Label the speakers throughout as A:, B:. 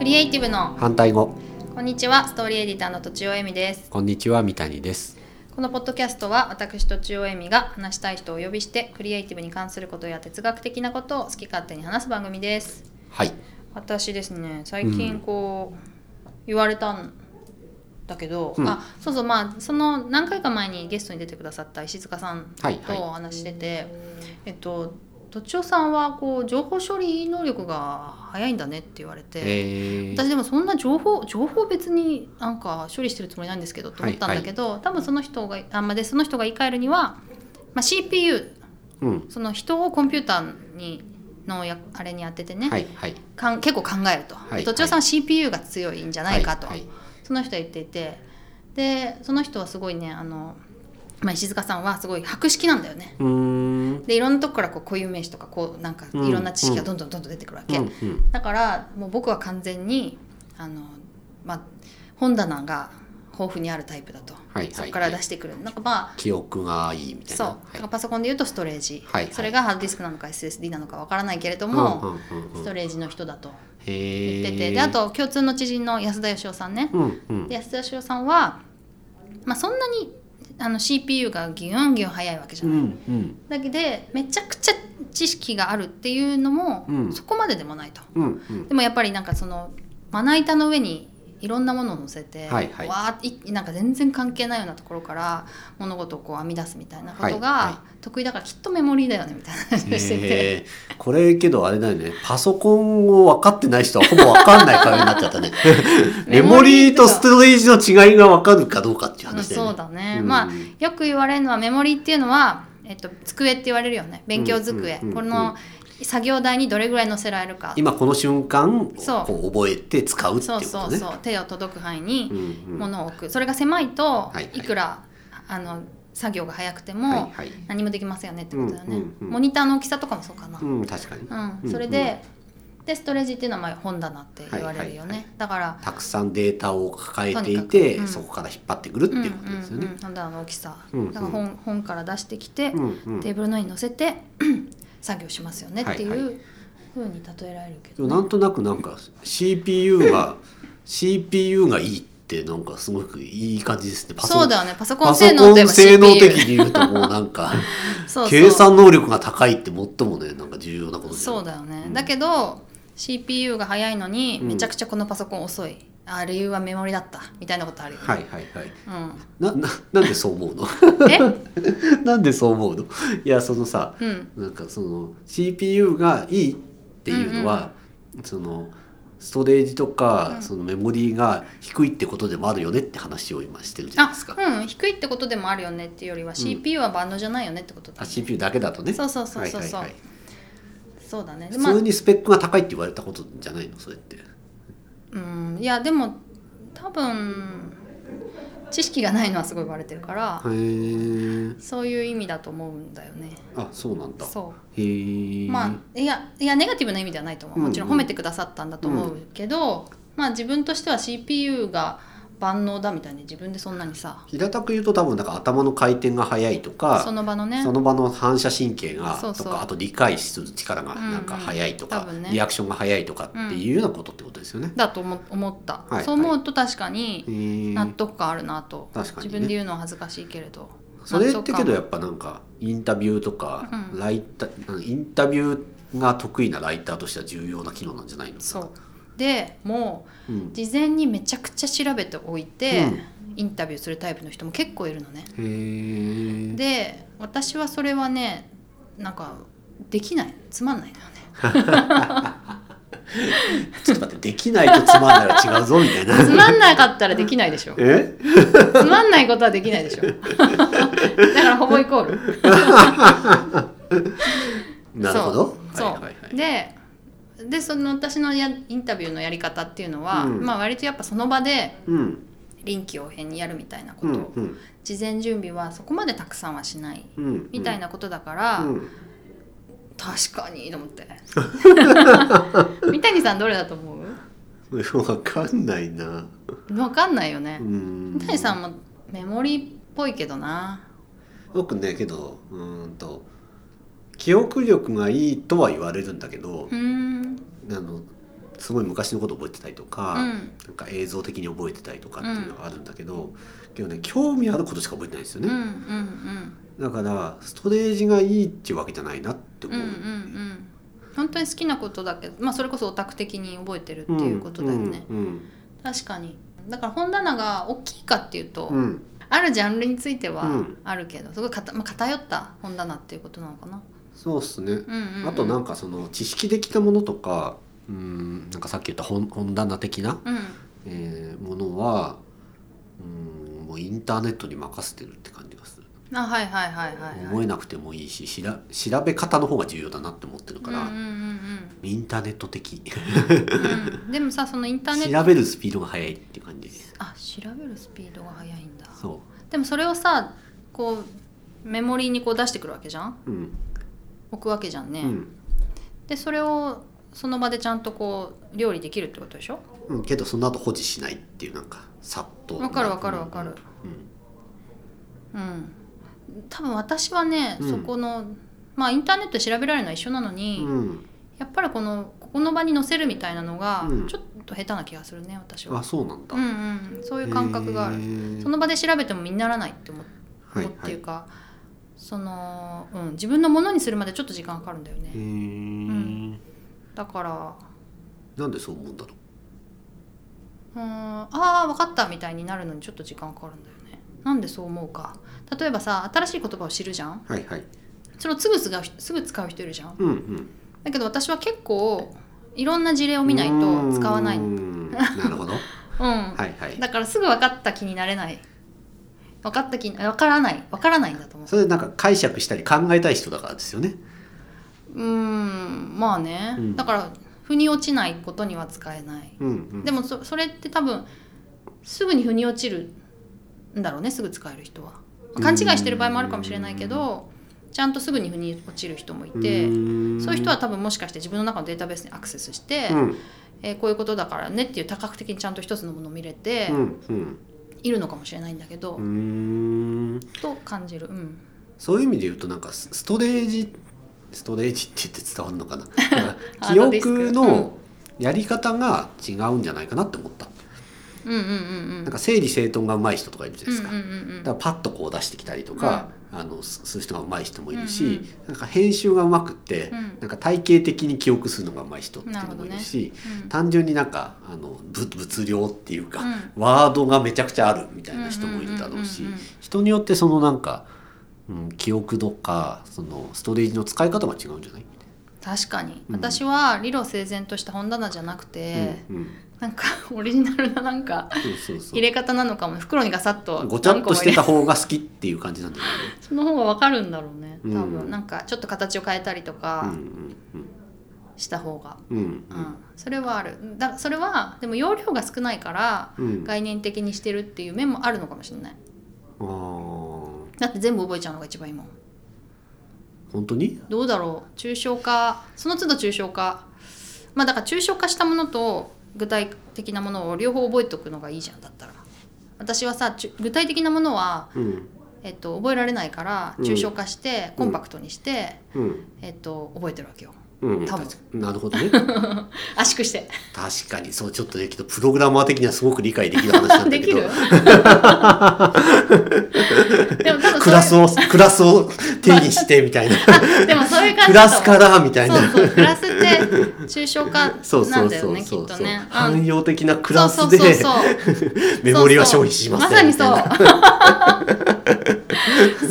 A: ティブの
B: 反対語
A: こんにちはストーリーエディターのとちおえみです
B: こんにちは三谷です
A: このポッドキャストは私とちおえみが話したい人をお呼びしてクリエイティブに関することや哲学的なことを好き勝手に話す番組です
B: はい
A: 私ですね最近こう、言われたんだけど、
B: うん
A: あそうそうまあその何回か前にゲストに出てくださった石塚さん
B: はいは
A: と
B: い
A: お話ししてて、えっととちおさんはこう情報処理能力が早いんだねって言われて、
B: えー
A: 私でもそんな情報情報別になんか処理してるつもりなんですけどと思ったんだけど、多分その人があんまでその人が言い換えるには、まあ、CPU
B: うん
A: その人をコンピューターにのやあれに当ててね、
B: はいはい
A: かん結構考えると、
B: い
A: でとちおさんは CPU が強いんじゃないかと、
B: はいはい
A: その人は言っていてでその人はすごいねあの、まあ、石塚さんはすごい博識なんだよね。
B: うーん
A: でいろんなとこからこう固有名詞とかこうなんかいろんな知識がどんどんどんどん出てくるわ
B: う
A: け、
B: んうん
A: だからもう僕は完全にあの、まあ、本棚が豊富にあるタイプだと、
B: はい
A: そ
B: は
A: こ
B: い
A: から出してくるなんかまあ
B: 記憶がいいみたい
A: そ
B: な
A: う、だからパソコンで言うとストレージ、
B: はいはい
A: それがハードディスクなのか SSD なのかわからないけれど
B: はい
A: も、
B: うんうんう
A: ス
B: んうんへ
A: トレージの人だと言ってて、
B: え
A: であと共通の知人の安田義雄さんね、
B: うんうん
A: で安田義雄さんは、まあ、そんなにあの CPU がギュンギュン速いわけじ
B: う
A: ゃない、
B: んうん
A: だけでめちゃくちゃ知識があるっていうのも、
B: うん
A: そこまででもないと。
B: うんうん
A: でもやっぱりなんかそのまな板の上にいろんなものを乗せて、
B: はいはい
A: わーっていなんか全然関係ないようなところから物事をこう編み出すみたいなこと
B: はいはい
A: が得意だからきっとメモリーだよねみたいな話を してて、
B: えーこれけどあれだよねパソコンを分かってない人はほぼ分かんない感じになっちゃっ たねメモリーとストレージの違いが分かるかどうか っていう
A: あの
B: 話だよ
A: そう
B: ね
A: だね、
B: うん
A: まあよく言われるのはメモリーっていうのは、えっと、机って言われるよね勉強机、
B: うんうんうん
A: この作業台にどれぐらい乗せられるか
B: 今この瞬間
A: そう
B: こう覚えて使うっていう
A: そう
B: こと
A: そう
B: ね
A: そう手を届く範囲に、
B: うんうん
A: ものを置くそれが狭いと
B: はいはい
A: いくらあの作業が早くて
B: は
A: も
B: いはい
A: 何もできませんよねってことだよね、
B: うんうんうん
A: モニターの大きさとかもそうかな、
B: うん確かに
A: うん
B: うん
A: それで,、でストレージっていうのはまあ本棚って言われるよね、
B: はいはいはい
A: だから、
B: たくさんデータを抱えてい
A: とに
B: て、
A: かくうん
B: そこから引っ張ってくるって
A: うんうん
B: いうことですよ
A: う
B: ね
A: ん、本棚の大きさ、
B: うんうん
A: だから本本から出してきて、
B: うんうん
A: テーブルの上に乗せて作業しますよねってい
B: はいは
A: うふうに例えられるけ
B: で
A: ど、
B: もなんとなくなんか CPU が CPU がいいってなんかすごくいい感じですねパソコ
A: そう
B: ン
A: だよねパソコ
B: パ
A: ン
B: ソ
A: 性能
B: コ
A: と いえ
B: ン
A: ば
B: 性
A: CPU
B: 能的に言うともうなんか
A: そうそう
B: 計算能力が高いって最もねなんか重要なことじゃ
A: そ
B: な
A: う
B: い
A: だよね、
B: うん
A: だけど CPU が速いのに
B: うん
A: めちゃくちゃこのパソコン遅い、あ理由はメモリだったみたいなことあるよね、
B: はいはいはいな ななんでそう思うの
A: うん、え、
B: なんでそう思うの いやそのさ
A: うん、
B: なんかその CPU がいいっていうのは、そのストレージとか、
A: うん
B: そのメモリーが低いってことでもあるよねって話を今してるじゃない
A: あ
B: ですか。
A: うん低いってことでもあるよねっていうよりは CPU は万能じゃないよねってことだ、
B: あ CPU だけだとね。
A: そうそうそうそうそう
B: はいはい
A: そうだねで
B: は
A: ま
B: い、
A: あ
B: 普通にスペックが高いって言われたことじゃないのそれって。
A: うんいやでも多分知識がないのはすごいバレてるから、
B: へえ。
A: そういう意味だと思うんだよね
B: あそうなんだ。
A: そう
B: へえ。
A: まあ、いやいやネガティブな意味ではないと思う
B: うん
A: もちろん褒めてくださったんだと思うけど、まあ自分としては CPU が万能だみたいに自分でそんなにさ
B: 平たく言うと多分なんか頭の回転が速いとか。
A: その場のね
B: その場の反射神経が
A: そうそう
B: とかあと理解する力がなんか速いとか、
A: うんうん多分ね
B: リアクションが速いとかっていうようなことってことですよね。
A: だと思思った、
B: はい
A: そう思うと確かに
B: へー
A: 納得感あるなと、
B: 確かに
A: 自
B: ね
A: 分で言うのは恥ずかしいけれど
B: それってけど
A: 納
B: やっぱなんかインタビューとか、
A: うん
B: ライターインタビューが得意なライターとしては重要な機能なんじゃないの
A: そうでも
B: う、
A: うん事前にめちゃくちゃ調べておいて、
B: うん
A: インタビューするタイプの人も結構いるのね
B: へえ
A: で私はそれはねなんかできないつまん ないのよね
B: ちょっと待ってできないとつまんないら違うぞみたい
A: つ
B: な
A: まんなかったらできないでしょ
B: え
A: つまんないことはできないで しょだからほぼイコール
B: なるほど
A: そう,、
B: はいはいはい、
A: ででその私のやインタビューのやり方っていうのは、
B: うん
A: まあ割とやっぱその場で
B: うん
A: 臨機応変にやるみたいなこ
B: う
A: と、
B: んうん
A: 事前準備はそこまでたくさんはしない
B: うん
A: みたいなことだから、
B: うん
A: 確かにと思って三谷さんどれだと思
B: うん、わかんないな
A: うわかんないよね
B: う、ん
A: 三谷さんもメモリーっぽいけどな
B: 僕ねけどうーんと記憶力がいいとは言われるんだけど、
A: うーん
B: あのすごい昔のこと覚えてたりとか、
A: うん
B: なんか映像的に覚えてたりとかっていうのがあるんだけど、けどね興味あることしか覚えてないんですよ
A: うんうんう
B: ね、
A: ん
B: だからストレージがいいっていうわけじゃないなって
A: うんう
B: 思
A: ん
B: う、
A: うん本当に好きなことだけど、まあ、それこそオタク的に覚えてるっていうことだよね、
B: うんうん
A: 確かにだから本棚が大きいかっていうと、
B: うんうん
A: あるジャンルについては
B: うん
A: あるけど、すごいかた、まあ、偏った本棚っていうことなのかな、
B: そうっすね、
A: うんうんうん
B: あとなんかその知識的なものとかうんなんかさっき言った本本棚的な、
A: うん
B: えーものはうんもうインターネットに任せてるって感じがする、
A: あはいはいはいはいは
B: 覚
A: い
B: えなくてもいいししら調べ方の方が重要だなって思ってるから、
A: うんうん
B: インターネット的
A: うんうんうん、でもさそのインターネット
B: 調べるスピードが速いっていう感じです
A: あ調べるスピードが速いんだ
B: そ
A: でもそれをさこうメモリーにこう出してくるわけじゃん
B: ううん
A: 置くわけじゃんね、
B: うん、
A: でそれをその場でちゃんとこう料理できるってことでしょ
B: うん、けどその後保持しないっていうなんかさっと
A: わかるわかるわかるうん多分私はね、
B: うん
A: そこのまあインターネットで調べられるのは一緒なの
B: う
A: に、
B: ん、うん、
A: やっぱりこのここの場に載せるみたいなのが
B: うん
A: ちょっと下手な気がするね私
B: あ
A: は、
B: そうなんだ、
A: うんうん、そういう感覚がある
B: へー
A: その場で調べても身にならないって思う
B: はい
A: って
B: はいいう
A: か、その、うん、自分のものにするまでちょっと時間かかるんだよね、
B: へー
A: んだから
B: なんでそう思うんだろ
A: うーんああ分かったみたいになるのにちょっと時間かかるんだよねなんでそう思うか例えばさ新しい言葉を知るじゃん
B: うはいはい
A: それをすぐ使う人すぐ使う人いるじゃん
B: うんうん
A: だけど私は結構いろんな事例を見ないと使わないううん、
B: んなるほどはいはい
A: だからすぐ分かった気になれない分かった気に分からない分からないんだと思う
B: それなんか解釈したり考えたい人だからですよね
A: うーんまあね、
B: うん
A: だから腑に落ちないことには使えない、
B: うんうん
A: でもそそれって多分すぐに腑に落ちるんだろうねすぐ使える人は勘違いしてる場合もあるかもしれないけどちゃんとすぐに腑に落ちる人もいてそういう人は多分もしかして自分の中のデータベースにアクセスして、
B: うん
A: えーこういうことだからねっていう多角的にちゃんと一つのものを見れて
B: うんうん
A: いるのかもしれないんだけど、
B: うーん
A: と感じる、うん、
B: そういう意味で言うとなんかスストレージストレージって言って伝わるの かな
A: ハ
B: 記
A: ードディスク
B: 憶のやり方が違うんじゃないかなって思った、
A: うんうんうんうん
B: なんか整理整頓が上手い人とかいるじゃないですか、
A: うんうんうんうん
B: だからパッとこう出してきたりとか、あのすする人が上手い人もいるし、なんか編集が上手くって、
A: うん
B: なんか体系的に記憶するのが上手い人っていう
A: なる
B: の
A: ほど
B: もい
A: ね
B: るし
A: うん
B: 単純になんかあのぶ物量っていうか、ワードがめちゃくちゃあるみたいな人もいるだろうし
A: うんうんうんうん
B: 人によってそのなんか、うん、記憶とかそのストレージの使い方が違うんじゃない、
A: 確かに、
B: うん
A: 私は理路整然とした本棚じゃなくて、
B: うんうん、
A: なんか オリジナルななんか
B: そうそうそ
A: 入
B: う
A: れ方なのかも袋にガサッと
B: ごちゃっとして
A: 何個も入れ
B: た方が好きっていう感じなんだよね。
A: その方がわかるんだろうね多分、
B: うん
A: なんかちょっと形を変えたりと
B: うん
A: かした方が、
B: うんうん
A: うんそれはあるだそれはでも容量が少ないから
B: うんうんあ
A: 概念的にしてるっていう面もあるのかもしれない
B: あー
A: だって全部覚えちゃうのが一番いいもん
B: 本当に
A: どうだろう抽象化その都度抽象化まあだから抽象化したものと具体的なものを両方覚えておくのがいいじゃんだったら私はさちゅ具体的なものは、
B: うん
A: えっと、覚えられないから
B: うん
A: 抽象化して、コンパクトにして、
B: うん
A: えっと、覚えてるわけよ
B: うん、
A: 多分
B: なるほどね
A: 圧縮して
B: 確かにそうちょっとねけどプログラマー的にはすごく理解できる話なんだけ
A: でき
B: ど
A: る でも多分
B: クラスをクラスを定義してみたいな
A: でもそういう感
B: ク
A: じだ
B: ラ
A: と
B: ス
A: 思う
B: からみたいな
A: そうそうクラスって抽象化
B: そう
A: な
B: そ
A: ん
B: う
A: だよ
B: そう
A: ねき
B: そ
A: っ
B: う
A: と
B: そう、
A: ねう
B: 汎
A: ん
B: 用的なクラスで
A: そうそうそうそう
B: メモリは消費しません
A: そう
B: み
A: そう
B: たい
A: ま
B: な
A: さに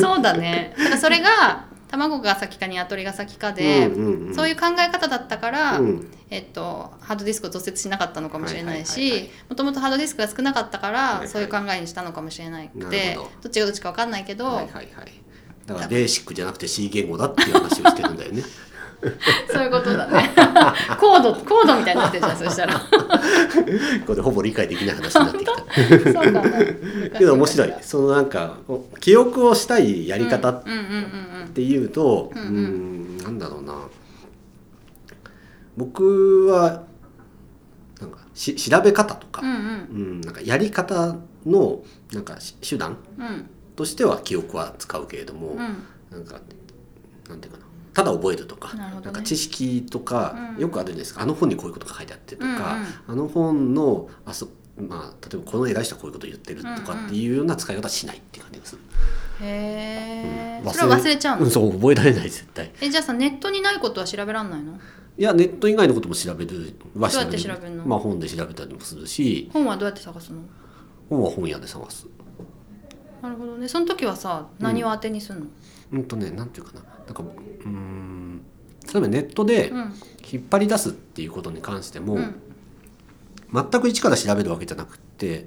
A: そうそうだねだからそれが卵が先か鶏が先かで、
B: うんうんうん
A: そういう考え方だったから、
B: うん
A: えっと、ハードディスクを挫折しなかったのかもしれない
B: はいはいはい
A: しもともとハードディスクが少なかったから、
B: いはい
A: そういう考えにしたのかもしれないくて
B: なるほど
A: っちがどっちか分かんないけど、
B: はいはいはいだからベーシックじゃなくて C 言語だっていう話をしてるんだ よね
A: そういうことだね コードコードみたいになってるじゃんそしたら
B: これほぼ理解できない話になってきた
A: そうかな
B: けど面白いそのなんかこう記憶をしたいやり方っ
A: うんうんうん
B: っていうと、う
A: うん
B: ー
A: うん
B: ん、なんだろうな僕はなんかし調べ方と
A: うんう
B: か、
A: ん
B: うんなんかやり方のなんかし手段
A: うんうん
B: としては記憶は使うけれども、
A: うん
B: なんかなんていうかなただ覚えるとか
A: なるほどね
B: んか知識とか、
A: うん
B: よくあるじゃないですかあの本にこういうことが書いてあってとか、
A: うんうん
B: あの本のあそ、まあ、例えばこの偉い人はこういうこと言ってるとかっていうような使い方はしないって感じがする、
A: へえ、それは忘れちゃうの、
B: んそう覚えられない絶対
A: えじゃあさネットにないことは調べらんないの
B: いやネット以外のことも調べるは
A: どうや
B: 調
A: っ
B: べ
A: て
B: る
A: 調べるの
B: まあ、本で調べたりもするし
A: 本はどうやって探すの
B: 本は本屋で探す
A: なるほどねその時はさ何を当てにするの、
B: うんとねなんていうかななんかうーん例えばネットで
A: うん
B: 引っ張り出すっていうことに関しても、
A: うん
B: 全く一から調べるわけじゃなくって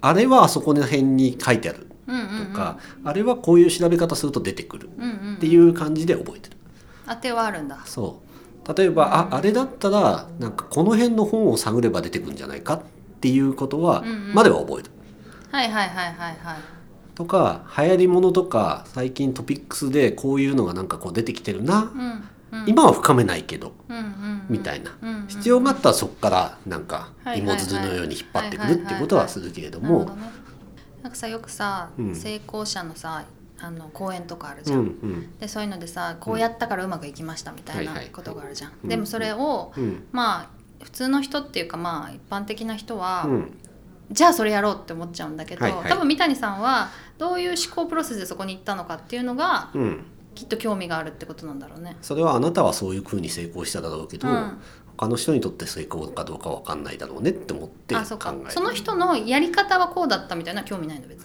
B: あれはあそこの辺に書いてある
A: うんうんう
B: と
A: ん
B: か、あれはこういう調べ方すると出てくる
A: うんうん
B: っていう感じで覚えてる。
A: 当てはあるんだ
B: そう例えばああれだったらなんかこの辺の本を探れば出てくるんじゃないかっていうことは、
A: うんうん
B: までは覚える。
A: はいはいはいはいはい
B: とか流行りものとか最近トピックスでこういうのがなんかこう出てきてるな、
A: うんうん
B: 今は深めないけど
A: うんうん
B: みたいな、
A: うんうんうん
B: 必要があったらそこからなんか
A: はいはいは
B: 芋
A: い
B: づるのように引っ張ってくるってことはするけれど
A: なるほ
B: も
A: どねなんかさよくさ、
B: うん
A: 成功者のさあの講演とかあるじ
B: う
A: ゃ
B: ん
A: ん、
B: うん
A: でそういうのでさこうやったからうまくいきましたみたいな
B: はいはい
A: ことがあるじゃん、
B: うん
A: でもそれを、
B: うん
A: まあ普通の人っていうかまあ一般的な人は、
B: うん
A: じゃあそれやろうって思っちゃうんだけど、
B: はいはい
A: 多分三谷さんはどういう思考プロセスでそこに行ったのかっていうのが
B: うん
A: きっと興味があるってことなんだろうね。
B: それはあなたはそういう風に成功しただろうけど、
A: うん
B: 他の人にとって成功かどうかわかんないだろうねって思って考
A: あそうか
B: え
A: そ
B: る
A: の人のやり方はこうだったみたいな興味ないの別に。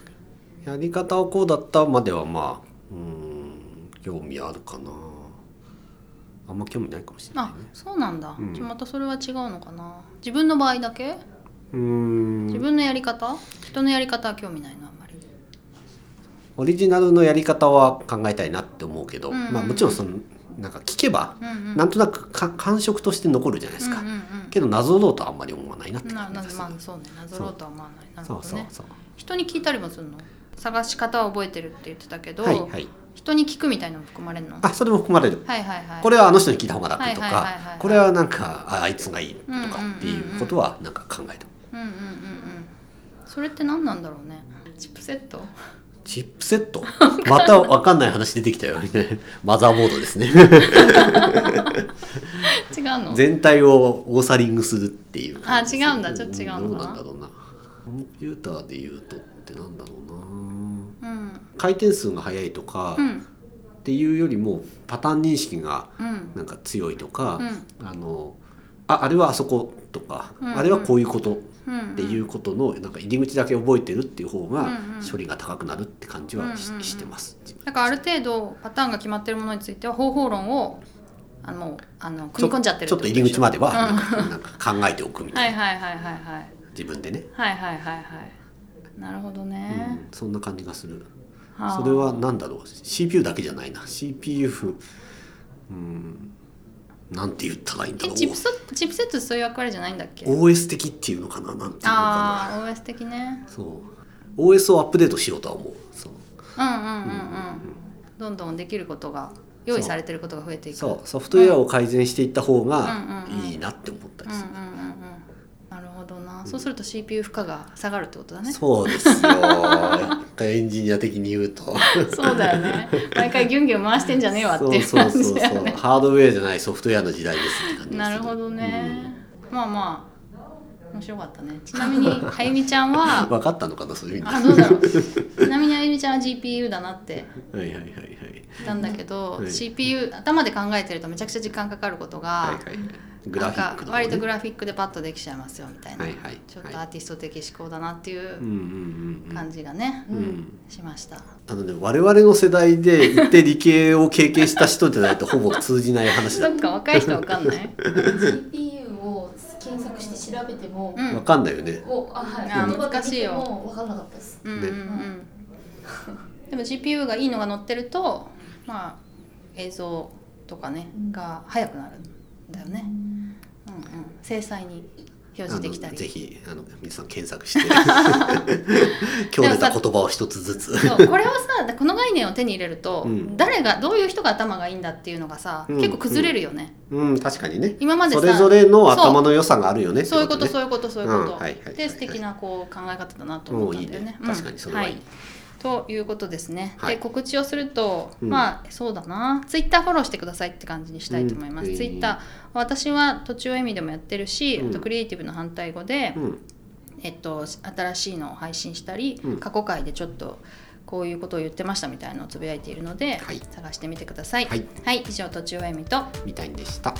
B: やり方はこうだったまではまあうーん興味あるかなあんま興味ないかもしれない
A: あ
B: ね
A: そうなんだ、
B: うん
A: じゃあまたそれは違うのかな自分の場合だけ
B: うーん
A: 自分のやり方、人のやり方は興味ないなあんまり。
B: オリジナルのやり方は考えたいなって思うけど、
A: うんうんうん
B: まあもちろんそのなんか聞けば、
A: うんうん
B: なんとなくか感触として残るじゃないですか、
A: うんうん
B: けど謎ろうとはあんまり思わないなって
A: うん、な
B: 感じ
A: な
B: がする
A: まあそうねなぞろうとは思わないなる
B: そ
A: ほ
B: う
A: ど
B: そう
A: ね
B: そう
A: 人に聞いたりもするの探し方は覚えてるって言ってたけど、
B: はいはい
A: 人に聞くみたいなのも含まれるのは
B: あそれも含まれる
A: いはいはい
B: これはあの人に聞いた方が楽と
A: はいはいはい
B: か
A: はいはい
B: これはなんかああいつがいいと
A: うんうんうんうん
B: かっていうことはなんか考えた
A: うんうんうんうんそれって何なんだろうねチップセッ ト
B: チップセット またわかんない話出てきたよ マザーボードですね
A: 違うの
B: 全体をオーサリングするっていう感じです
A: あ違うんだちょっと違うのかな
B: どうなんだろうなコンピューターで言うとってなんだろうな
A: うん
B: 回転数が速いとか
A: う
B: っ
A: ん
B: ていうよりもパターン認識が
A: うん
B: なんか強いとか、
A: う
B: あのああれはあそことか、
A: うんうん
B: あれはこういうこと
A: うん
B: っていうことのなんか入り口だけ覚えてるっていう方が
A: うんうん
B: 処理が高くなるって感じはし,、
A: うんうんうん
B: てます。
A: だからある程度パターンが決まってるものについては方法論をあのあの組み込んじゃってる
B: ちょっと入り口までは
A: うん
B: なんか,、 なんか考えておくみた
A: はいい
B: な
A: はいはいはいはい
B: 自分でね、
A: はいはいはいはいなるほど
B: うん
A: ね、
B: そんな感じがする。
A: あ
B: それは何だろう CPU だけじゃないな CPU うんなんて言ったらいいんだ
A: え
B: ろう
A: チップセチップセットそういう役割じゃないんだっけ
B: OS 的っていうのかななんていうのかな。
A: ああ OS 的ね
B: そう。OS をアップデートしようとは思う。そう。
A: うんうんうんうんどんどんできることが用意されてることが増えていく
B: そうソフトウェアを改善していった方が
A: うんうんうん
B: いいなって思ったり
A: うんうん
B: す
A: うん
B: る。
A: うんなるほどなそうすると CPU 負荷が下がるってことだね
B: そうですよ。やっぱエンジニア的に言うと。
A: そうだよね毎回ギュンギュン回してんじゃねえわって
B: そう
A: いう感
B: そうそう
A: じ
B: そう
A: だよね
B: ハードウェアじゃないソフトウェアの時代ですって感じがす
A: なるほどねまあまあ面白かったねちなみにあゆみちゃん
B: うん
A: は
B: 分かったのかなそういう意味
A: あどうだろうちなみにあゆみちゃんは GPU だなって
B: ではいはいはいはい
A: 言ったんだけど、
B: はい
A: CPU 頭で考えてるとめちゃくちゃ時間かかることが、
B: はいはいグラフィッ
A: なん
B: クと
A: か
B: かね
A: 割とグラフィックでパッとできちゃいますよみたいな、
B: はいはい
A: ちょっとアーティスト的思考だなっていう
B: うんうんうんうん
A: 感じがね、
B: うん
A: しました
B: あのね我々の世代で一定理系を経験した人じゃないとほぼ通じない話だ
A: そっか若い人は分か んない
C: GPU を検索して調べても、
A: うん
B: わかんないよね
C: おあはい
A: あー
C: 言葉で
A: 難しいよ
C: 言っても分かんなかったです
A: うんうんうんでも GPU がいいのが載ってるとまあ映像とかね
C: うん
A: が速くなるんだよね、うんうん、精細に表示できた
B: あの
A: り
B: ぜひあの皆さん検索して 今日出た言葉を一つずつ
A: そうこれをさこの概念を手に入れると、
B: うん
A: 誰がどういう人が頭がいいんだっていうのがさ、
B: うん
A: 結構崩れるよね、
B: うん確かにね
A: 今までさ
B: それぞれの頭の良さがあるよね
A: そういうこと
B: って
A: そういうことそういうこと、
B: うんはいはいはいはい
A: で素敵なこう考え方だなと思ったんだよね、
B: うんいいね確かにそれはいい
A: はいということですね、
B: はい
A: で告知をすると、
B: うん
A: まあそうだなツイッターフォローしてくださいって感じにしたいと思います、
B: うん
A: ツイッター私は途中意味でもやってるし、
B: うん
A: あとクリエイティブの反対語で、
B: うん
A: えっと、新しいのを配信したり、
B: うん
A: 過去回でちょっとこういうことを言ってましたみたいなのをつぶやいているので、
B: はい
A: 探してみてください
B: はい、
A: 以上途中あゆみと
B: みたいでした。